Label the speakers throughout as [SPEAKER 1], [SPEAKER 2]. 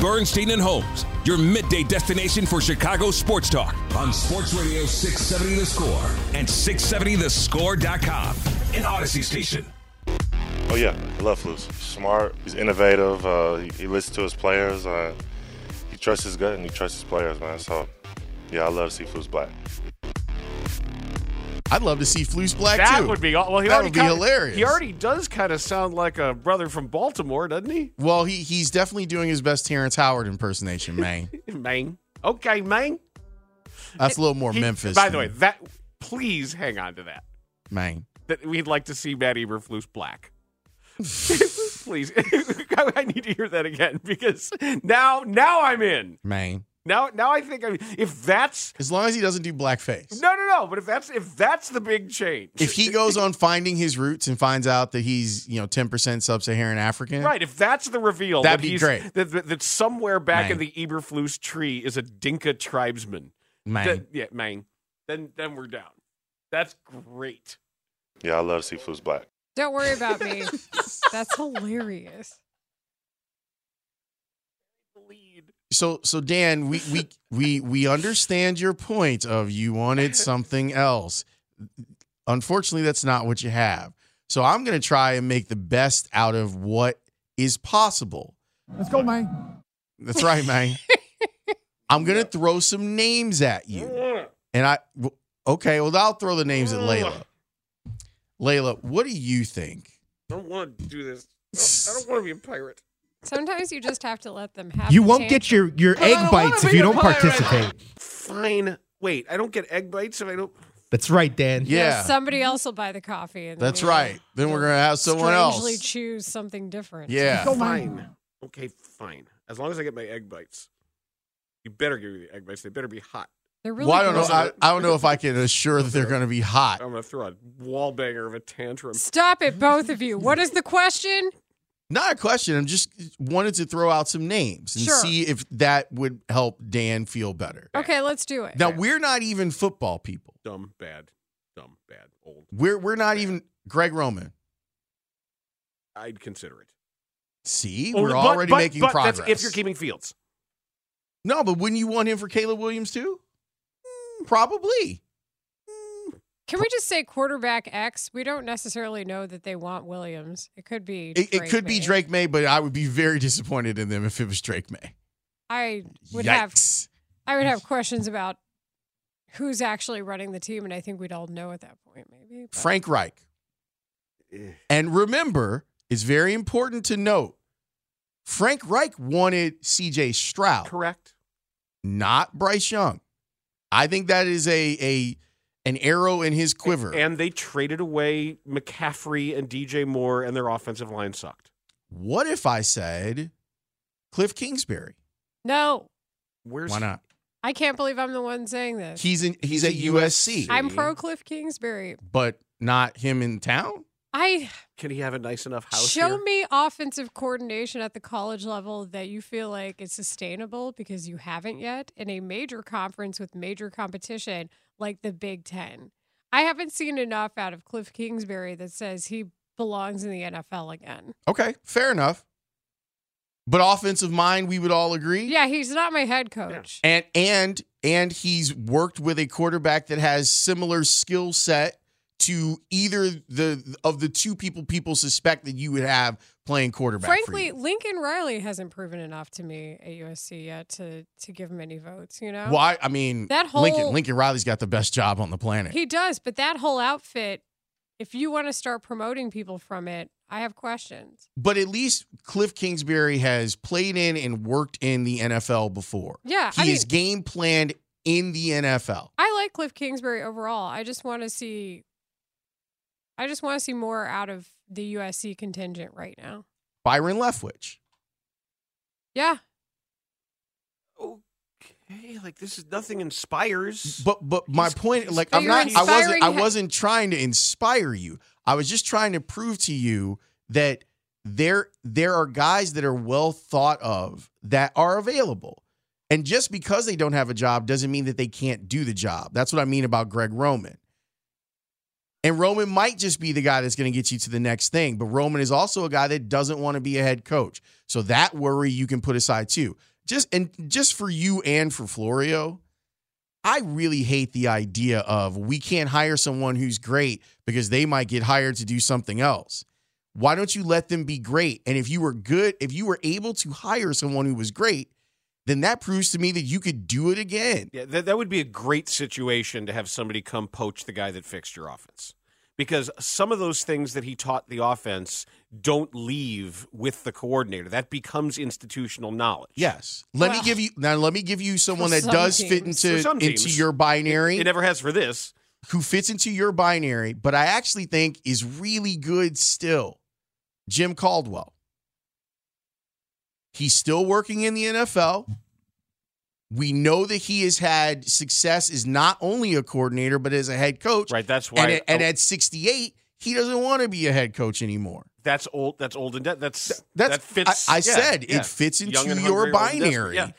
[SPEAKER 1] Bernstein and Holmes, your midday destination for Chicago sports talk on Sports Radio 670 The Score and 670thescore.com, an Odyssey station.
[SPEAKER 2] Oh yeah, I love Flus. Smart. He's innovative. Uh, he, he listens to his players. Uh, he trusts his gut and he trusts his players, man. So yeah, I love to see Flus black.
[SPEAKER 3] I'd love to see Fluce Black
[SPEAKER 4] That
[SPEAKER 3] too.
[SPEAKER 4] would be aw- well. He
[SPEAKER 3] That
[SPEAKER 4] already
[SPEAKER 3] would be
[SPEAKER 4] kinda-
[SPEAKER 3] hilarious.
[SPEAKER 4] He already does kind of sound like a brother from Baltimore, doesn't he?
[SPEAKER 3] well, he he's definitely doing his best Terrence Howard impersonation, man.
[SPEAKER 4] Mang. Okay, Mang.
[SPEAKER 3] That's a little more
[SPEAKER 4] He-
[SPEAKER 3] Memphis.
[SPEAKER 4] By the way,
[SPEAKER 3] than-
[SPEAKER 4] that please hang on to that.
[SPEAKER 3] man.
[SPEAKER 4] That we'd like to see Matt Eberflus black. please, I need to hear that again because now, now I'm in.
[SPEAKER 3] Man.
[SPEAKER 4] Now, now I think I'm. If that's
[SPEAKER 3] As long as he doesn't do blackface.
[SPEAKER 4] no, no, no. But if that's if that's the big change,
[SPEAKER 3] If he goes on finding his roots and finds out that he's, you know, 10% sub-Saharan African.
[SPEAKER 4] Right, if that's the reveal,
[SPEAKER 3] That'd
[SPEAKER 4] that
[SPEAKER 3] be
[SPEAKER 4] he's,
[SPEAKER 3] great.
[SPEAKER 4] That, that, that somewhere back in
[SPEAKER 3] Mang.
[SPEAKER 4] the Eberflus tree is a Dinka tribesman.
[SPEAKER 3] Man.
[SPEAKER 4] Then- yeah, Mang. Then, then we're down. That's great.
[SPEAKER 2] Yeah, I love to see Flus black.
[SPEAKER 5] Don't worry about me. That's hilarious.
[SPEAKER 4] Lead.
[SPEAKER 3] So so Dan, we we we we understand your point of you wanted something else. Unfortunately, that's not what you have. So I'm going to try and make the best out of what is possible.
[SPEAKER 6] Let's go, man.
[SPEAKER 3] That's right, man. I'm going to throw some names at you. And I w- Okay, well I'll throw the names at Layla. Layla, what do you think?
[SPEAKER 4] I don't want to do this. I don't want to be a pirate.
[SPEAKER 5] Sometimes you just have to let them have.
[SPEAKER 6] You
[SPEAKER 5] the
[SPEAKER 6] won't get
[SPEAKER 5] tantrum.
[SPEAKER 6] your, your
[SPEAKER 4] But I
[SPEAKER 6] egg
[SPEAKER 4] don't wanna
[SPEAKER 6] bites if
[SPEAKER 4] be
[SPEAKER 6] you
[SPEAKER 4] a
[SPEAKER 6] don't
[SPEAKER 4] pirate.
[SPEAKER 6] participate.
[SPEAKER 4] Fine. Wait, I don't get egg bites if I don't.
[SPEAKER 6] That's right, Dan.
[SPEAKER 5] You know,
[SPEAKER 3] Yeah.
[SPEAKER 5] somebody else will buy the coffee. And
[SPEAKER 3] That's
[SPEAKER 5] then you'll
[SPEAKER 3] right. Then we're going to have someone
[SPEAKER 5] strangely
[SPEAKER 3] else.
[SPEAKER 5] choose something different.
[SPEAKER 3] Yeah.
[SPEAKER 6] Go, man.
[SPEAKER 4] Fine. Okay, fine. As long as I get my egg bites, you better give me the egg bites. They better be hot.
[SPEAKER 5] They're really
[SPEAKER 3] Well, I don't know.
[SPEAKER 5] gross.
[SPEAKER 3] I, I don't know if I can assure that they're going to be hot.
[SPEAKER 4] I'm gonna throw a wallbanger of a tantrum.
[SPEAKER 5] Stop it, both of you. What is the question?
[SPEAKER 3] Not a question. I'm just wanted to throw out some names and
[SPEAKER 5] Sure.
[SPEAKER 3] see if that would help Dan feel better.
[SPEAKER 5] Okay, let's do it.
[SPEAKER 3] Now we're not even football people.
[SPEAKER 4] Dumb, bad, dumb, bad, old.
[SPEAKER 3] We're we're not even Greg Roman.
[SPEAKER 4] I'd consider it.
[SPEAKER 3] See,
[SPEAKER 4] Oh,
[SPEAKER 3] we're
[SPEAKER 4] but-
[SPEAKER 3] already
[SPEAKER 4] but-
[SPEAKER 3] making
[SPEAKER 4] but that's
[SPEAKER 3] progress.
[SPEAKER 4] if you're keeping Fields,
[SPEAKER 3] no, but wouldn't you want him for Caleb Williams too? Mm, Probably.
[SPEAKER 5] Can we just say quarterback X? We don't necessarily know that they want Williams. It could be.
[SPEAKER 3] It, it could be
[SPEAKER 5] May.
[SPEAKER 3] Drake May, but I would be very disappointed in them if it was Drake May.
[SPEAKER 5] I would have.
[SPEAKER 3] Yikes.
[SPEAKER 5] I would have questions about who's actually running the team, and I think we'd all know at that point, maybe. but-
[SPEAKER 3] Frank Reich. And remember, it's very important to note Frank Reich wanted CJ Stroud.
[SPEAKER 4] correct?
[SPEAKER 3] not Bryce Young. I think that is a a an arrow in his quiver.
[SPEAKER 4] And they traded away McCaffrey and DJ Moore, and their offensive line sucked.
[SPEAKER 3] what if I said Cliff Kingsbury?
[SPEAKER 5] No,
[SPEAKER 4] Where's
[SPEAKER 3] Why not?
[SPEAKER 5] I can't believe I'm the one saying this.
[SPEAKER 3] He's in he's at USC,
[SPEAKER 4] USC.
[SPEAKER 5] I'm pro Cliff Kingsbury.
[SPEAKER 3] but not him in town.
[SPEAKER 5] I
[SPEAKER 4] Can he have a nice enough house?
[SPEAKER 5] show
[SPEAKER 4] here?
[SPEAKER 5] me offensive coordination at the college level that you feel like is sustainable because you haven't yet in a major conference with major competition like the Big Ten. I haven't seen enough out of Cliff Kingsbury that says he belongs in the NFL again.
[SPEAKER 3] Okay, fair enough. But offensive mind, we would all agree.
[SPEAKER 5] Yeah, he's not my head coach.
[SPEAKER 3] And and and he's worked with a quarterback that has similar skill set to either the of the two people people suspect that you would have playing quarterback. for
[SPEAKER 5] Frankly,
[SPEAKER 3] you.
[SPEAKER 5] Lincoln Riley hasn't proven enough to me at USC yet to to give him any votes, you know?
[SPEAKER 3] Well, I, I mean,
[SPEAKER 5] That
[SPEAKER 3] Lincoln
[SPEAKER 5] whole-
[SPEAKER 3] Lincoln Riley's got the best job on the planet.
[SPEAKER 5] He does, but that whole outfit, if you want to start promoting people from it, I have questions.
[SPEAKER 3] but at least Cliff Kingsbury has played in and worked in the NFL before.
[SPEAKER 5] Yeah,
[SPEAKER 3] he
[SPEAKER 5] I
[SPEAKER 3] is game planned in the NFL.
[SPEAKER 5] I like Cliff Kingsbury overall. I just want to see I just want to see more out of the USC contingent right now.
[SPEAKER 3] Byron Leftwich,
[SPEAKER 5] Yeah.
[SPEAKER 4] Okay, like this is nothing inspires.
[SPEAKER 6] But but my
[SPEAKER 4] He's-
[SPEAKER 6] point,
[SPEAKER 4] he's-
[SPEAKER 6] like
[SPEAKER 5] But
[SPEAKER 6] I'm
[SPEAKER 5] you're
[SPEAKER 6] not, I wasn't,
[SPEAKER 5] inspiring
[SPEAKER 6] I
[SPEAKER 5] him.
[SPEAKER 6] wasn't trying to inspire you. I was just trying to prove to you that there there are guys that are well thought of that are available, and just because they don't have a job doesn't mean that they can't do the job. That's what I mean about Greg Roman. And Roman might just be the guy that's going to get you to the next thing, but Roman is also a guy that doesn't want to be a head coach. So that worry you can put aside too. Just and just for you and for Florio, I really hate the idea of we can't hire someone who's great because they might get hired to do something else. Why don't you let them be great? And if you were good, if you were able to hire someone who was great, then that proves to me that you could do it again.
[SPEAKER 4] Yeah, that, that would be a great situation to have somebody come poach the guy that fixed your offense. Because some of those things that he taught the offense don't leave with the coordinator. That becomes institutional knowledge.
[SPEAKER 6] Yes. Let
[SPEAKER 5] Well,
[SPEAKER 6] me give you now let me give you someone
[SPEAKER 5] for
[SPEAKER 6] that
[SPEAKER 5] some
[SPEAKER 6] does fit
[SPEAKER 5] teams.
[SPEAKER 6] into
[SPEAKER 4] For some
[SPEAKER 6] into
[SPEAKER 4] teams.
[SPEAKER 6] your binary.
[SPEAKER 4] It never has for this.
[SPEAKER 6] who fits into your binary, but I actually think is really good still. Jim Caldwell. He's still working in the NFL. We know that he has had success as not only a coordinator, but as a head coach.
[SPEAKER 4] Right. That's why oh.
[SPEAKER 6] And, at, and at 68, he doesn't want to be a head coach anymore.
[SPEAKER 4] that's old that's old and de- that's
[SPEAKER 6] That's
[SPEAKER 4] that fits
[SPEAKER 6] I, I
[SPEAKER 4] yeah,
[SPEAKER 6] said
[SPEAKER 4] yeah.
[SPEAKER 6] it fits into
[SPEAKER 4] Young and hungry,
[SPEAKER 6] your
[SPEAKER 4] old and desperate,
[SPEAKER 6] binary.
[SPEAKER 4] yeah.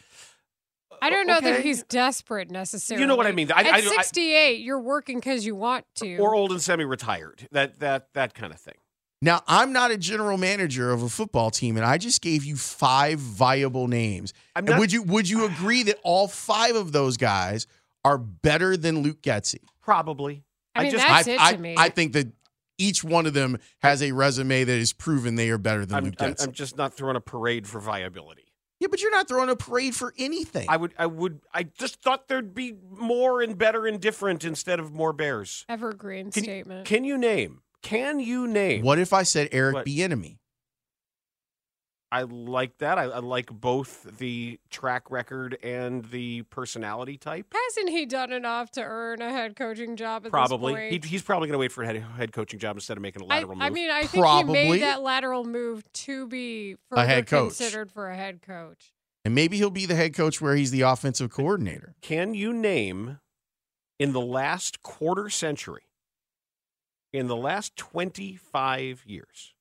[SPEAKER 5] I don't know that
[SPEAKER 4] Okay.
[SPEAKER 5] he's desperate necessarily.
[SPEAKER 4] You know what I mean? I-
[SPEAKER 5] At
[SPEAKER 4] I- I-
[SPEAKER 5] 68, you're working because you want to.
[SPEAKER 4] Or old and semi retired. That that that kind of thing.
[SPEAKER 6] Now, I'm not a general manager of a football team, and I just gave you five viable names.
[SPEAKER 4] I'm
[SPEAKER 6] And
[SPEAKER 4] not-
[SPEAKER 6] would you would you agree that all five of those guys are better than Luke Getzey?
[SPEAKER 4] Probably.
[SPEAKER 5] I mean,
[SPEAKER 4] just
[SPEAKER 5] that's it to
[SPEAKER 6] I,
[SPEAKER 5] me.
[SPEAKER 6] I think that each one of them has a resume that is proven they are better than
[SPEAKER 4] I'm,
[SPEAKER 6] Luke
[SPEAKER 4] I'm,
[SPEAKER 6] Getzey.
[SPEAKER 4] I'm just not throwing a parade for viability.
[SPEAKER 6] yeah, but you're not throwing a parade for anything.
[SPEAKER 4] I would I would I just thought there'd be more and better and different instead of more bears.
[SPEAKER 5] Evergreen
[SPEAKER 4] Can you,
[SPEAKER 5] statement.
[SPEAKER 4] can you name? Can you name?
[SPEAKER 6] what if I said Eric
[SPEAKER 4] What?
[SPEAKER 6] Bieniemy?
[SPEAKER 4] I like that. I, I like both the track record and the personality type.
[SPEAKER 5] Hasn't he done enough to earn a head coaching job at
[SPEAKER 4] Probably.
[SPEAKER 5] this point?
[SPEAKER 4] He, he's probably going to wait for a head, head coaching job instead of making a
[SPEAKER 5] I,
[SPEAKER 4] lateral move.
[SPEAKER 5] I mean, I think he
[SPEAKER 6] Probably.
[SPEAKER 5] made that lateral move to be
[SPEAKER 6] A head
[SPEAKER 5] further
[SPEAKER 6] coach.
[SPEAKER 5] considered for a head coach.
[SPEAKER 6] And maybe he'll be the head coach where he's the offensive coordinator.
[SPEAKER 4] Can you name in the last quarter century, in the last 25 years,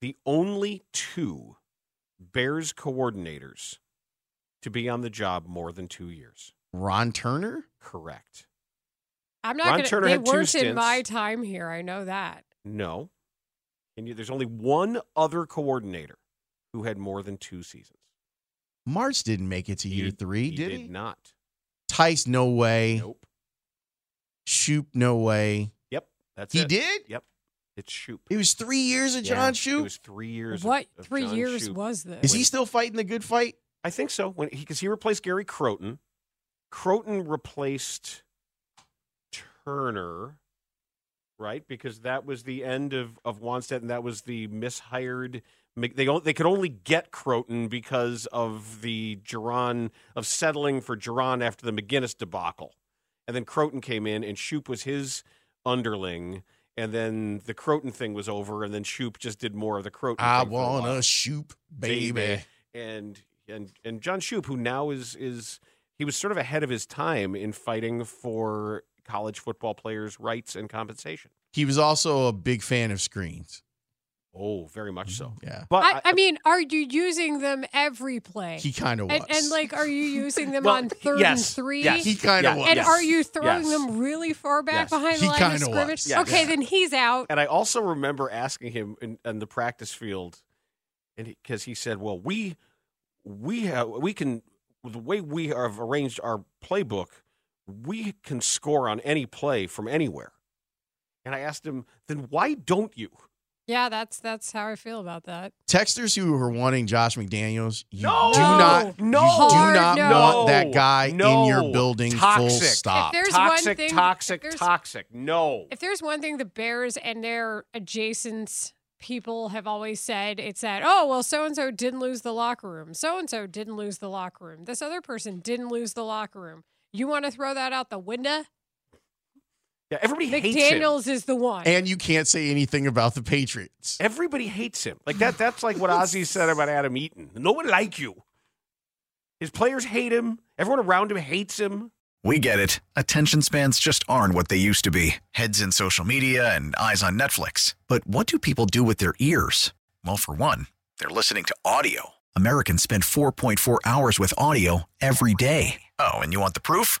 [SPEAKER 4] the only two Bears coordinators to be on the job more than two years?
[SPEAKER 6] Ron Turner?
[SPEAKER 4] Correct.
[SPEAKER 5] I'm not
[SPEAKER 4] Ron
[SPEAKER 5] gonna.
[SPEAKER 4] Turner
[SPEAKER 5] they
[SPEAKER 4] had two
[SPEAKER 5] weren't in
[SPEAKER 4] stints.
[SPEAKER 5] my time here. I know that.
[SPEAKER 4] No. And you, there's only one other coordinator who had more than two seasons.
[SPEAKER 6] March didn't make it to year three, did he?
[SPEAKER 4] not.
[SPEAKER 6] Tice, no way.
[SPEAKER 4] Nope.
[SPEAKER 6] Shoop, no way.
[SPEAKER 4] Yep. That's
[SPEAKER 6] He
[SPEAKER 4] it.
[SPEAKER 6] did?
[SPEAKER 4] Yep. It's Shoop.
[SPEAKER 6] It was three years of
[SPEAKER 4] Yeah,
[SPEAKER 6] John
[SPEAKER 4] It
[SPEAKER 6] Shoop.
[SPEAKER 4] was three years. of-
[SPEAKER 5] what
[SPEAKER 4] of
[SPEAKER 5] three
[SPEAKER 4] John
[SPEAKER 5] years
[SPEAKER 4] Shoup.
[SPEAKER 5] was this?
[SPEAKER 6] Is he still fighting the good fight?
[SPEAKER 4] I think so. When because he, replaced Gary Croton, Croton replaced Turner, right? Because that was the end of of Wanstead, and that was the mishired. Mc- They on- they could only get Croton because of the Geron of settling for Geron after the McGinnis debacle, and then Croton came in, and Shoop was his underling. And then the Croton thing was over, and then Shoop just did more of the Croton.
[SPEAKER 6] I
[SPEAKER 4] thing for a while
[SPEAKER 6] wanna shoot, baby.
[SPEAKER 4] baby. and and and John Shoup, who now is is he was sort of ahead of his time in fighting for college football players' rights and compensation.
[SPEAKER 6] He was also a big fan of screens.
[SPEAKER 4] Oh, very much so.
[SPEAKER 6] Yeah,
[SPEAKER 4] But
[SPEAKER 5] I, I mean, are you using them every play?
[SPEAKER 6] he kind of was.
[SPEAKER 5] and, and like, are you using them
[SPEAKER 4] Well,
[SPEAKER 5] on third
[SPEAKER 4] yes,
[SPEAKER 5] and three?
[SPEAKER 4] yes.
[SPEAKER 6] he kind of
[SPEAKER 4] Yeah,
[SPEAKER 6] was.
[SPEAKER 5] And
[SPEAKER 4] yes.
[SPEAKER 5] are you throwing
[SPEAKER 4] Yes.
[SPEAKER 5] them really far
[SPEAKER 4] Yes.
[SPEAKER 5] back behind
[SPEAKER 6] He
[SPEAKER 5] the line of
[SPEAKER 6] kinda
[SPEAKER 5] scrimmage?
[SPEAKER 6] was. Yes.
[SPEAKER 5] Okay,
[SPEAKER 4] Yeah.
[SPEAKER 5] then he's out.
[SPEAKER 4] and I also remember asking him in, in the practice field, and because he, said, "Well, we we have we can the way we have arranged our playbook, we can score on any play from anywhere." And I asked him, "Then why don't you?"
[SPEAKER 5] Yeah, that's that's how I feel about that.
[SPEAKER 6] Texters who are wanting Josh McDaniels, you
[SPEAKER 4] No!
[SPEAKER 6] do not,
[SPEAKER 4] No!
[SPEAKER 6] you do
[SPEAKER 5] Hard
[SPEAKER 6] not
[SPEAKER 5] no.
[SPEAKER 6] want that guy
[SPEAKER 4] No.
[SPEAKER 6] in your building. Full
[SPEAKER 4] Toxic.
[SPEAKER 6] stop.
[SPEAKER 5] If There's one
[SPEAKER 4] Ah, toxic,
[SPEAKER 5] thing-
[SPEAKER 4] toxic,
[SPEAKER 5] there's-
[SPEAKER 4] toxic. No.
[SPEAKER 5] If there's one thing the Bears and their adjacents people have always said, it's that, oh, well, so and so didn't lose the locker room. So and so didn't lose the locker room. This other person didn't lose the locker room. You want to throw that out the window?
[SPEAKER 4] Yeah, everybody hates him.
[SPEAKER 5] McDaniels is the one.
[SPEAKER 6] And you can't say anything about the Patriots.
[SPEAKER 4] Everybody hates him. Like that. That's like what Ozzy said about Adam Eaton. No one like you. His players hate him. Everyone around him hates him.
[SPEAKER 7] We get it. Attention spans just aren't what they used to be heads in social media and eyes on Netflix. But what do people do with their ears? Well, for one, they're listening to audio. Americans spend 4.4 hours with audio every day. Oh, and you want the proof?